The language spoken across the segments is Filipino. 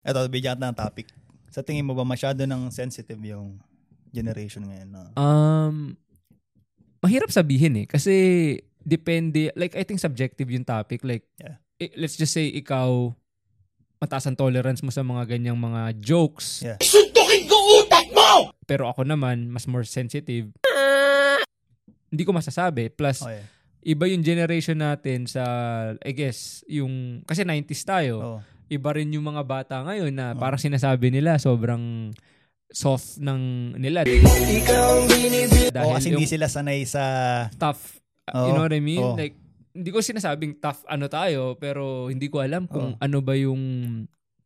Eto, bigyan ka ng topic. Sa tingin mo ba masyado ng sensitive yung generation ngayon? Na, Um, mahirap sabihin eh. Kasi depende, like I think subjective yung topic. Like, Yeah. i- let's just say ikaw, mataas ang tolerance mo sa mga ganyang mga jokes. Yeah. Pero ako naman, mas more sensitive. Hindi ko masasabi. Plus, oh, yeah. iba yung generation natin sa, I guess, yung, kasi 90s tayo. Oh. Iba rin yung mga bata ngayon na Oo. parang sinasabi nila sobrang soft ng nila. Dahil oh, kasi yung Ah, hindi sila sanay sa... oh, tough Oo. you know what I mean? Oo. Like, hindi ko sinasabing tough ano tayo, pero hindi ko alam kung ano ba yung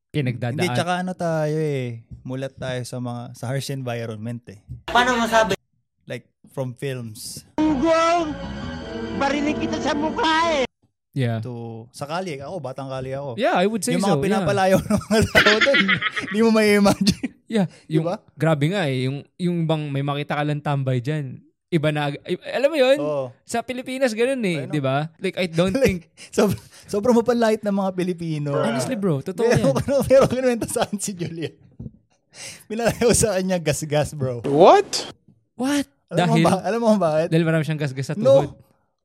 pinagdadaan. Hindi, tsaka ano tayo eh. Mulat tayo sa mga sa harsh environment eh. Paano masabi? Like from films Barinig kita sa mukha eh! yeah. to... Sa kali, ako, batang kali ako. Yeah, I would say yung so. mga pinapalayo ng mga tao doon, hindi mo may imagine. Yeah. yeah. Yung, Diba? Grabe nga eh. Yung, yung bang may makita ka lang tambay dyan. Iba na, ag- i- alam mo yun? Oo. Sa Pilipinas, ganun eh. Ayun, Di ba? Like, I don't think, Sob- sobrang mapalait ng mga Pilipino. honestly bro, totoo Meron yan. ko nung- meron ko nung ano, sa akin si Julia. Minalayo sa kanya gas-gas, bro. What? Alam dahil, mo ba? Alam mo ba bakit? dahil marami siyang gasgas sa tuhod. No.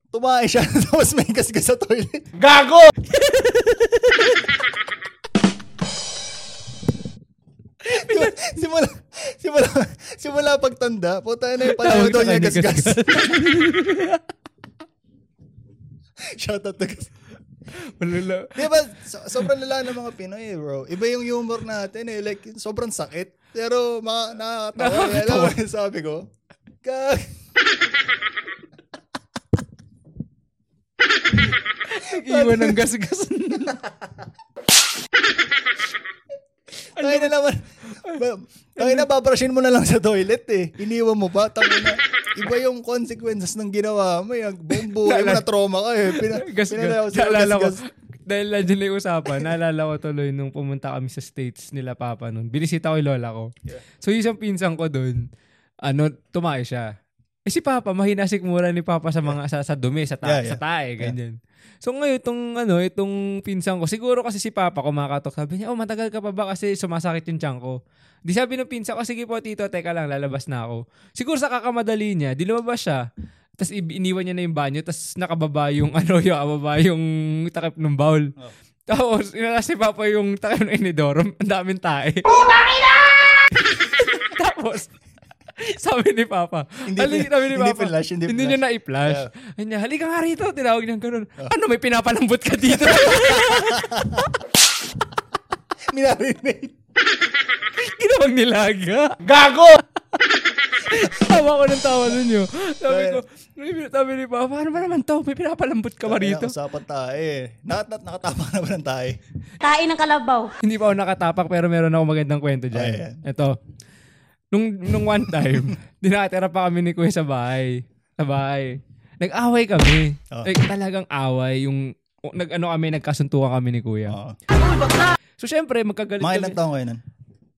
Tumae siya tapos may gas-gas sa toilet. Gago! simula, simula, simula pagtanda, puta na yung palayo Tawag daw sa niya kanya, gas-gas. Shout out to gas. Malala. Di ba, so, sobrang lala ng mga Pinoy, bro. Iba yung humor natin eh. Like, sobrang sakit. Pero, maka, nakakatawa. eh. Alam mo yung sabi ko? Gag. Iwan ng gasgas. Tangin Ano? na naman. Ba- Tangin na, babrushin mo na lang sa toilet eh. Iniwan mo pa. Tangin na. Iba yung consequences ng ginawa mo. Yung bumbu, yung Naalala- na trauma ka eh. Pina, gas, pinalayo gas. sa Naalala ko. gas-gas. Dahil nandiyan na yung usapan, naalala ko tuloy nung pumunta kami sa States nila Papa nun. Binisita ko yung lola ko. So yung isang pinsan ko dun, ano, tumayo siya. Eh si Papa, mahina sikmura ni Papa sa mga sa, sa dumi, sa, ta- Yeah, yeah. sa tae, ganyan. So ngayon, itong, ano, itong pinsan ko, siguro kasi si Papa kumakatok, sabi niya, oh, matagal ka pa ba kasi sumasakit yung tiyan ko. Di sabi ng pinsan ko, sige po tito, teka lang, lalabas na ako. Siguro sa kakamadali niya, di lumabas siya. Tapos iniwan niya na yung banyo, tapos nakababa yung, ano, yung, ababa yung takip ng bowl. Tapos, inala si Papa yung takip ng inidoro. Ang daming tae. Tapos, sabi ni Papa, Hindi halik, pin- sabi ni hindi Papa, pinlash, hindi niya pinlash. na-i-flash. Ayun niya, halika nga rito, tinawag niya ganun. Ano, may pinapalambot ka dito? Minarinate. Ginawang nilaga. Gago! Tawa ko ng tawa nun yun. Sabi Ayun. ko, sabi ni Papa, ano ba naman to? May pinapalambot ka ba rito? Usapan tayo eh. Nakat, nat, nakatama na ba ng tayo? Tae ng kalabaw. Hindi pa ako nakatapak pero meron ako magandang kwento dyan. Ayan. Ito. Nung, nung one time, dinatira pa kami ni Kuya sa bahay. Sa bahay. Nag-away kami. Oh. Like, talagang away. Yung, o, nag, ano kami, nagkasuntukan kami ni Kuya. Oo. So, syempre, Oh. magkagalit Mga kami. ilang taong kayo nun?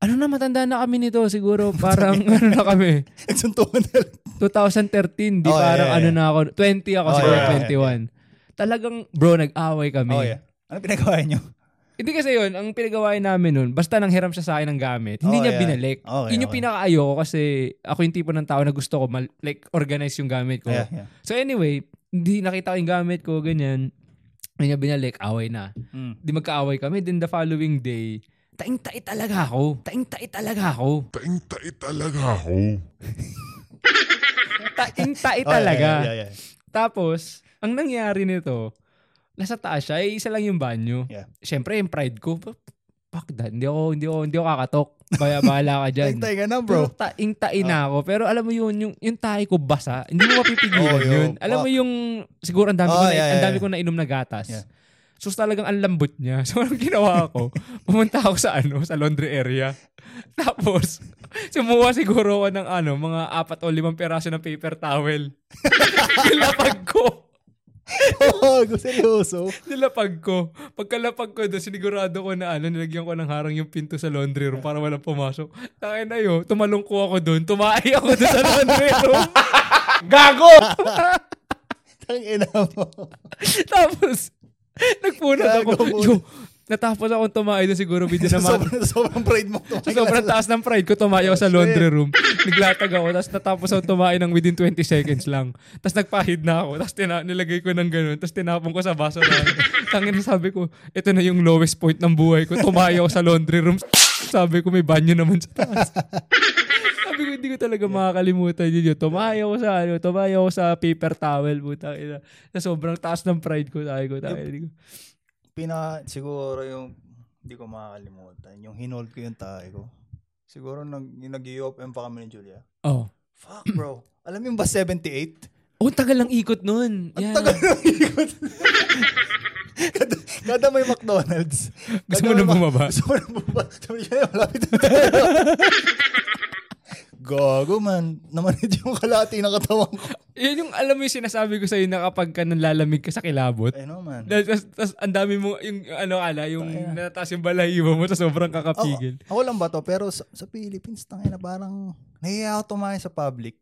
Ano na, matanda na kami nito. Siguro, parang, ano na kami. Nagsuntukan na lang. 2013, di Oh, yeah, parang yeah, ano yeah. na ako. 20 ako, Oh, siguro yeah, yeah, 21. Talagang, bro, nag-away kami. Oh, yeah. Ano pinagawa niyo? Hindi kasi yun, ang pinagawain namin nun, basta nang hiram siya sa akin ng gamit, hindi Oh, niya yeah. binalik. Okay, yun yung okay. pinakaayo ko kasi ako yung tipo ng tao na gusto ko mal- like organize yung gamit ko. Yeah, yeah. So anyway, hindi nakita ko yung gamit ko, ganyan. Hindi niya binalik, away na. Mm. Di magkaaway kami. Then the following day, taing-tai talaga ako. Taing-tai talaga ako. Taing-tai talaga ako. Taing-tai Oh, yeah, talaga. Yeah, yeah, yeah. Tapos, ang nangyari nito, nasa taas siya, eh, isa lang yung banyo. Yeah. Siyempre, yung pride ko, "Pa- fuck that, hindi ako, hindi ako, hindi ako kakatok. Baya, bahala ka dyan. Tayo ka na, bro. Ah. Pero taing tae na ako. Pero alam mo yun, yung, yung tae ko basa, hindi mo mapipigilan Oh, yo. yun. Alam mo yung, siguro ang dami, ko, Oh, na, yeah, yeah, ang dami yeah. ko nainom na gatas. Yeah. So talagang ang lambot niya. So anong ginawa ko? Pumunta ako sa ano, sa laundry area. Tapos, sumuha siguro ako ng ano, mga apat o limang peraso ng paper towel. Nilapag ko. Oo, oh, seryoso. Nilapag ko. Pagkalapag ko doon, sinigurado ko na ano, nilagyan ko ng harang yung pinto sa laundry room para walang pumasok. Tangin na yun, tumalungko ako doon. Tumaay ako doon sa laundry room. Gago! Tangina mo. Tapos, nagpunat ako. Gago, Yo, natapos akong tumayo doon siguro video na mga sobrang, sobrang pride mo. to. So, sobrang taas ng pride ko, Oh, tumayo ako sa laundry room. Naglatag ako, tapos natapos ako tumayo ng within 20 seconds lang. Tapos nagpahid na ako, tapos tina- nilagay ko ng ganun, tapos tinapon ko sa baso na. Tangin na sabi ko, ito na yung lowest point ng buhay ko. Tumayo ako sa laundry room. Sabi ko, may banyo naman sa taas. sabi ko, hindi ko talaga makakalimutan yun. yun. Tumayo ako sa, ano, tumayo ako sa paper towel, buta. Sa sobrang taas ng pride ko, sabi ko, tayo. Hindi ko- Pina, siguro yung, hindi ko makakalimutan, yung hinold ko yung tae ko. Siguro nag, yung nag-EOPM pa kami ni Julia. Oh. Fuck bro. Alam mo yung ba 78? Oh, tagal lang ikot nun. Ang Yeah. tagal ng ikot. kada, kada may McDonald's. Gusto kada mo may na Mac- bumaba? Gusto mo na bumaba. Sabi niya, malapit na tayo. Gago man. Namanid yung kalati ng katawan ko. Yun yung alam mo yung sinasabi ko sa'yo na kapag ka nalalamig ka sa kilabot. Ay no man. Tapos, tapos ang dami mo, yung ano ala, yung natatas yung balahibo mo sa sobrang Ako, kakapigil. ako lang ba to? Pero sa, sa Philippines, tangina parang nahiya ako tumayo sa public.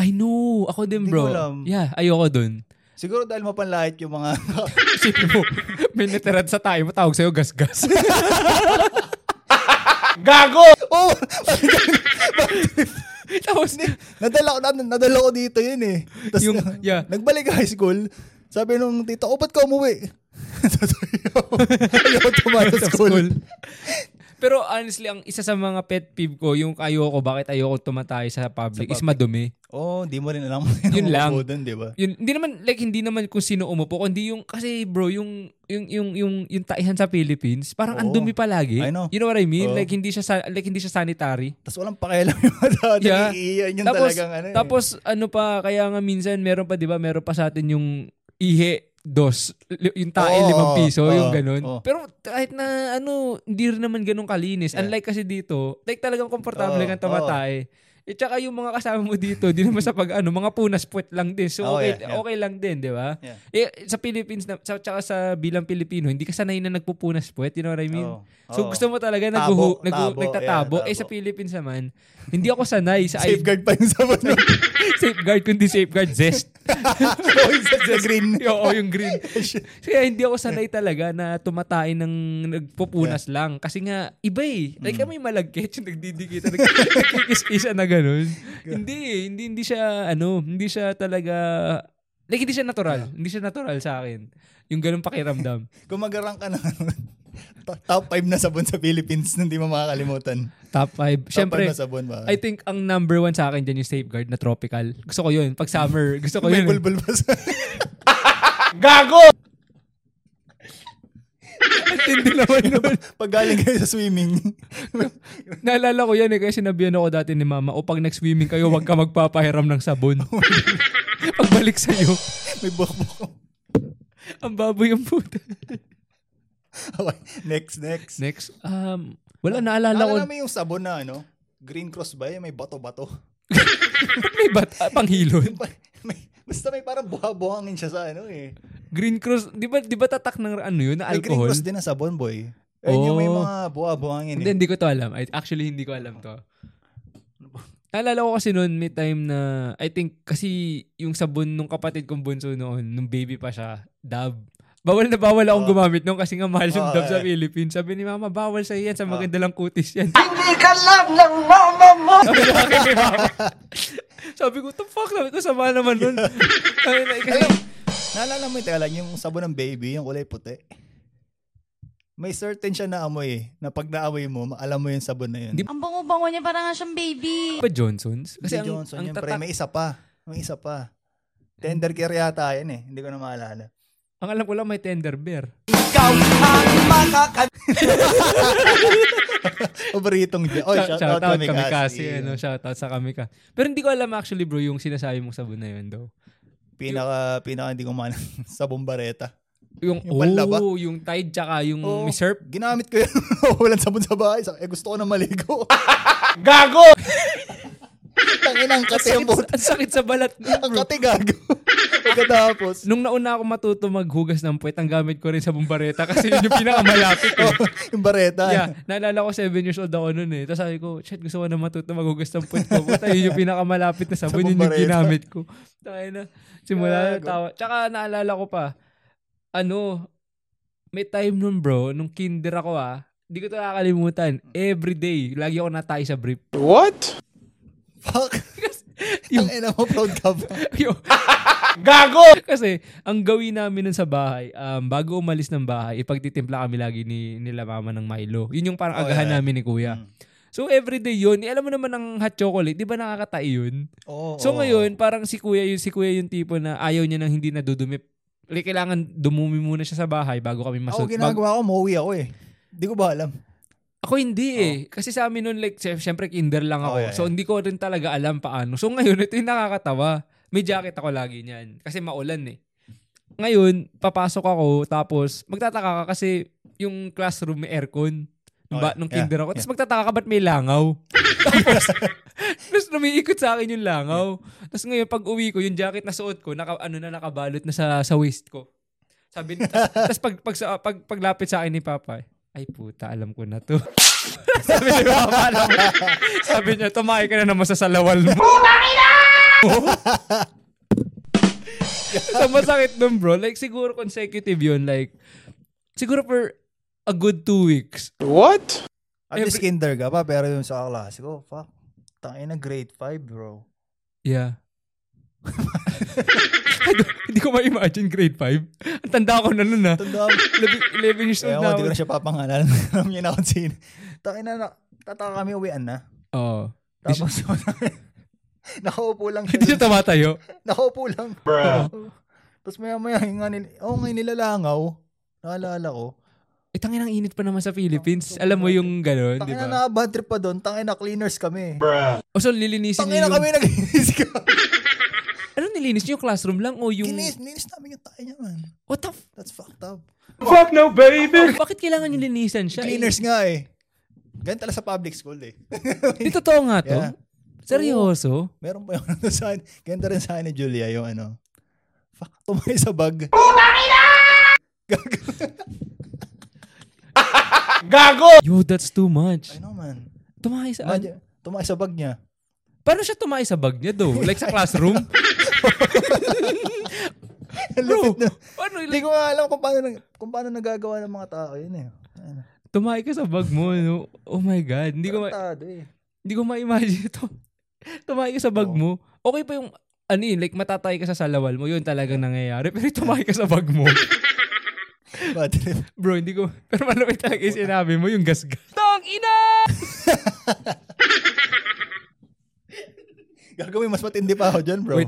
I know. Ako din, Hindi bro. ko alam. Yeah, ayoko dun. Siguro dahil mapanlahit yung mga... Isipin mo, may natirad sa tayo, matawag sa'yo gas-gas. Gago! oh! tapos, nadala, ko, nad- nadala ko dito yun eh. Tapos, Yung- yeah. nagbalik high school, sabi nung tito, oh, ba't ka umuwi? Ayaw tumayo sa school. pero honestly, ang isa sa mga pet peeve ko, yung ayoko, bakit ayoko tumatay sa public, is madumi. Oh, hindi mo rin alam. Yun lang. Umupo Dun, di ba? Yun, hindi naman like hindi naman kung sino umupo, kundi yung kasi bro, yung yung yung yung, yung taihan sa Philippines, parang ang Oo. dumi palagi. I know. You know what I mean? Oo. Like hindi siya sa- like hindi siya sanitary. Tapos walang pakialam yung mga tao. Yeah. Iiyan yun tapos talagang ano eh. tapos ano pa kaya nga minsan meron pa 'di ba, meron pa sa atin yung ihe dos, li- yung tae Oo, limang piso, oo, yung ganun. oo. Pero kahit na ano, hindi rin naman ganun kalinis. Unlike kasi dito, like talagang komportable Oo, kang tumatay. At saka yung mga kasama mo dito, di naman sa pag ano, mga punas puwet lang din. So Oo, Oh, yeah, okay, yeah. okay lang din, 'di ba? Yeah. Eh, sa Philippines, na, sa, tsaka sa bilang Pilipino, hindi ka sanay na nagpupunas puwet. You know what I mean? Oo. So Oo. gusto mo talaga Tabo, naguhu, nagu, tabo, nagtatabo. yeah, eh sa tabo. Philippines naman, hindi ako sanay sa ID. Safeguard pa yung sabon. safeguard, kundi safeguard zest. oh, yung sa sa green. Oo, yung green. Kaya hindi ako sanay talaga na tumatay ng nagpupunas lang. Kasi nga, iba eh. Mm. Like kami malagkit yung nagdidikita, nag- nagkikis-kisa na ganun. hindi eh. Hindi, hindi siya, ano, hindi siya talaga, like hindi siya natural. Hindi siya natural sa akin. Yung ganun pakiramdam. Gumagarang ka na. to- top 5 na sabon sa Philippines na hindi mo makakalimutan. Top 5. Top Siyempre, 5 na sabon ba? I think ang number one sa akin dyan yung safeguard na tropical. Gusto ko yun. Pag summer, gusto ko May yun. eh. bulbul pa sa... Gago! Ang tindi naman nun. Pag galing kayo sa swimming. Naalala ko yan eh, kaya sinabihan ako dati ni mama, o pag nag-swimming kayo, huwag ka magpapahiram ng sabon. Pagbalik sa'yo, may bukbuk. ang baboy ang puta. Okay. Next, next. Next, um, wala, naalala ko. Naalala mo yung sabon na ano? Green Cross ba yun? May bato-bato. Ba't may bat, ah, panghilon? Pa- may, basta may parang buha-buhangin siya sa ano eh. Green Cross, di ba, di ba tatak ng ano yun, na May Green alcohol? Cross din na sabon, boy. Ayun yung may Oh. mga buha-buhangin Hindi, eh. hindi ko to alam. I- Actually, hindi ko alam to. Naalala ko kasi noon, may time na, I think, kasi yung sabon nung kapatid kong bunso noon, nung baby pa siya, dab. Bawal na bawal Ah. akong gumamit noon kasi nga mahal yung Oo, dab sa eh. Philippines. Sabi ni mama, bawal sa yan, sa maganda lang kutis yan. Ah. Hindi ka lang ng mama mo! Sabi ko kay mama. Sabi ko, the fuck, sabi ko, sama naman nun. Sabi na, kasi, Naalala mo yung teka lang, yung sabon ng baby, yung kulay puti. May certain siya na amoy eh, na pag naamoy mo, alam mo yung sabon na yun. Hindi Ang bango-bango niya, parang nga siyang baby. pa Johnson's? Kasi Kasi ang, Johnson, ang yun, pre, tatak, Hmm. may isa pa. May isa pa. Tender care yata yan eh. Hindi ko na maalala. ang alam ko lang may tender bear. Paboritong dyan. Oh, Shout- shout, out shoutout kami Kamikasi, kasi. ano, shoutout sa Kamikasi. Pero hindi ko alam actually bro yung sinasabi mong sabon na yun daw. Pinaka, pinaka hindi ko maalala. sabon bareta. Yung, Yung panlaba? oh, yung Tide tsaka yung Oo. Misurp. Ginamit ko yun. Walang sabon sa bahay. Sa- Eh, gusto ko na maligo. Gago! Tangin ang kate ang puta. Ang sakit sa balat. nun, Ang bro. kate gago. Pagkatapos. Nung nauna ako matuto maghugas ng puwet, ang gamit ko rin sa bumbareta kasi yun yung pinakamalapit. eh. yung bareta. Yeah, naalala ko 7 years old ako noon eh. Tapos sabi ko, shit, gusto ko na matuto maghugas ng puwet ko. Puta, yun yung pinakamalapit na sabon, yun yung Bumbareta. ginamit ko. Takay na. Simula na Gago. tawa. Tsaka naalala ko pa, ano, May time nun bro, nung kinder ako ah, di ko ito nakakalimutan. Every day, lagi ako natay sa brief. What? Fuck. Yung- Ang ina mo, proud ka ba? Yo, Gago! Kasi ang gawin namin nun sa bahay, um, bago umalis ng bahay, ipagtitimpla kami lagi ni nila mama ng Milo. Yun yung parang Oh, agahan yeah. namin ni kuya. So everyday yun, eh, alam mo naman ang hot chocolate, di ba nakakatai yun? Oo. So oo. ngayon, parang si kuya yun, si kuya yung tipo na ayaw niya nang hindi nadudumi. Like, kailangan dumumi muna siya sa bahay bago kami ako masod. bag- ginagawa ko, mauwi ako eh. Hindi ko ba alam? ako hindi eh. Kasi sa amin nun, like, syem- syempre kinder lang ako. Oh, yeah, So yeah. hindi ko rin talaga alam paano. So ngayon, ito yung nakakatawa. May jacket ako lagi niyan. Kasi maulan eh. Ngayon, papasok ako, tapos magtataka ka kasi yung classroom may aircon. Nung, Oh, ba, yeah. nung Yeah, kinder ako. Tapos magtataka ka ba't may langaw? tapos, tapos lumiikot sa akin yung langaw. Tapos ngayon, pag uwi ko, yung jacket na suot ko, naka, ano na, nakabalot na sa, sa waist ko. Sabi niya, tapos pag, pag, sa- pag, paglapit sa akin ni Papa, ay puta, alam ko na to. sabi ni Papa, alam ko. sabi niya, tumahi ka na naman sa salawal mo. so masakit nun bro. Like siguro consecutive yun. Like, siguro for a good two weeks. What? At least Every- kinder ka pa, pero yung sa klase ko, fuck. Tangin na grade 5, bro. Yeah. I don't- hindi ko ma-imagine grade 5. Ang tanda ko na nun ah. Tanda ko. 11 years Kaya old ako, na hindi ko na ako. siya papangalan. Alam niya na kung sino. Tangin na, na- tataka kami uwian na. Oo. Tapos, nakaupo lang Hindi siya. siya tumatayo. nakaupo lang. Bro. Tapos maya maya, yung nga nila, oh, ngayon nilalangaw. Naalala ko. Eh, tangin ang init pa naman sa Philippines. Alam mo yung gano'n, di Tangin na ba? nakabad trip pa doon. Tangin na cleaners kami. O so, lilinisin Tangin na niyo yung... kami naglinis ka. Ano nilinis niyo? Yung classroom lang o yung... Kinis, ninis namin yung tayo niya, man. What the f- That's fucked up. Fuck no, baby! Bakit kailangan yung linisan siya? Cleaners nga eh. Ganun talaga sa public school eh. Hindi totoo nga to. Yeah. Seryoso? Meron pa yung ano sa akin. Ganito rin sa akin ni Julia yung ano. Fuck, tumay sa bag. Gago! Yo, that's too much. I know man. Tumahay sa... Imagine, tumay sa bag niya. Paano siya tumahay sa bag niya though? Like sa classroom? Bro, Paano? hindi Like, ko nga alam kung paano, nag- kung paano nagagawa ng mga tao yun eh. Ano, tumahay ka sa bag mo. No? Oh my God. Hindi ko, ma- Tarantado eh. hindi ko ma-imagine ito. Tumahay ka sa bag mo. Okay pa yung... Ano yun? Like matatay ka sa salawal mo. Yun talagang nangyayari. Pero yung tumahay ka sa bag mo. Bad trip. Bro, hindi ko... Pero malapit talaga yung sinabi mo, yung gasgas. Tang ina! Gagawin mas matindi pa ako dyan bro. Wait,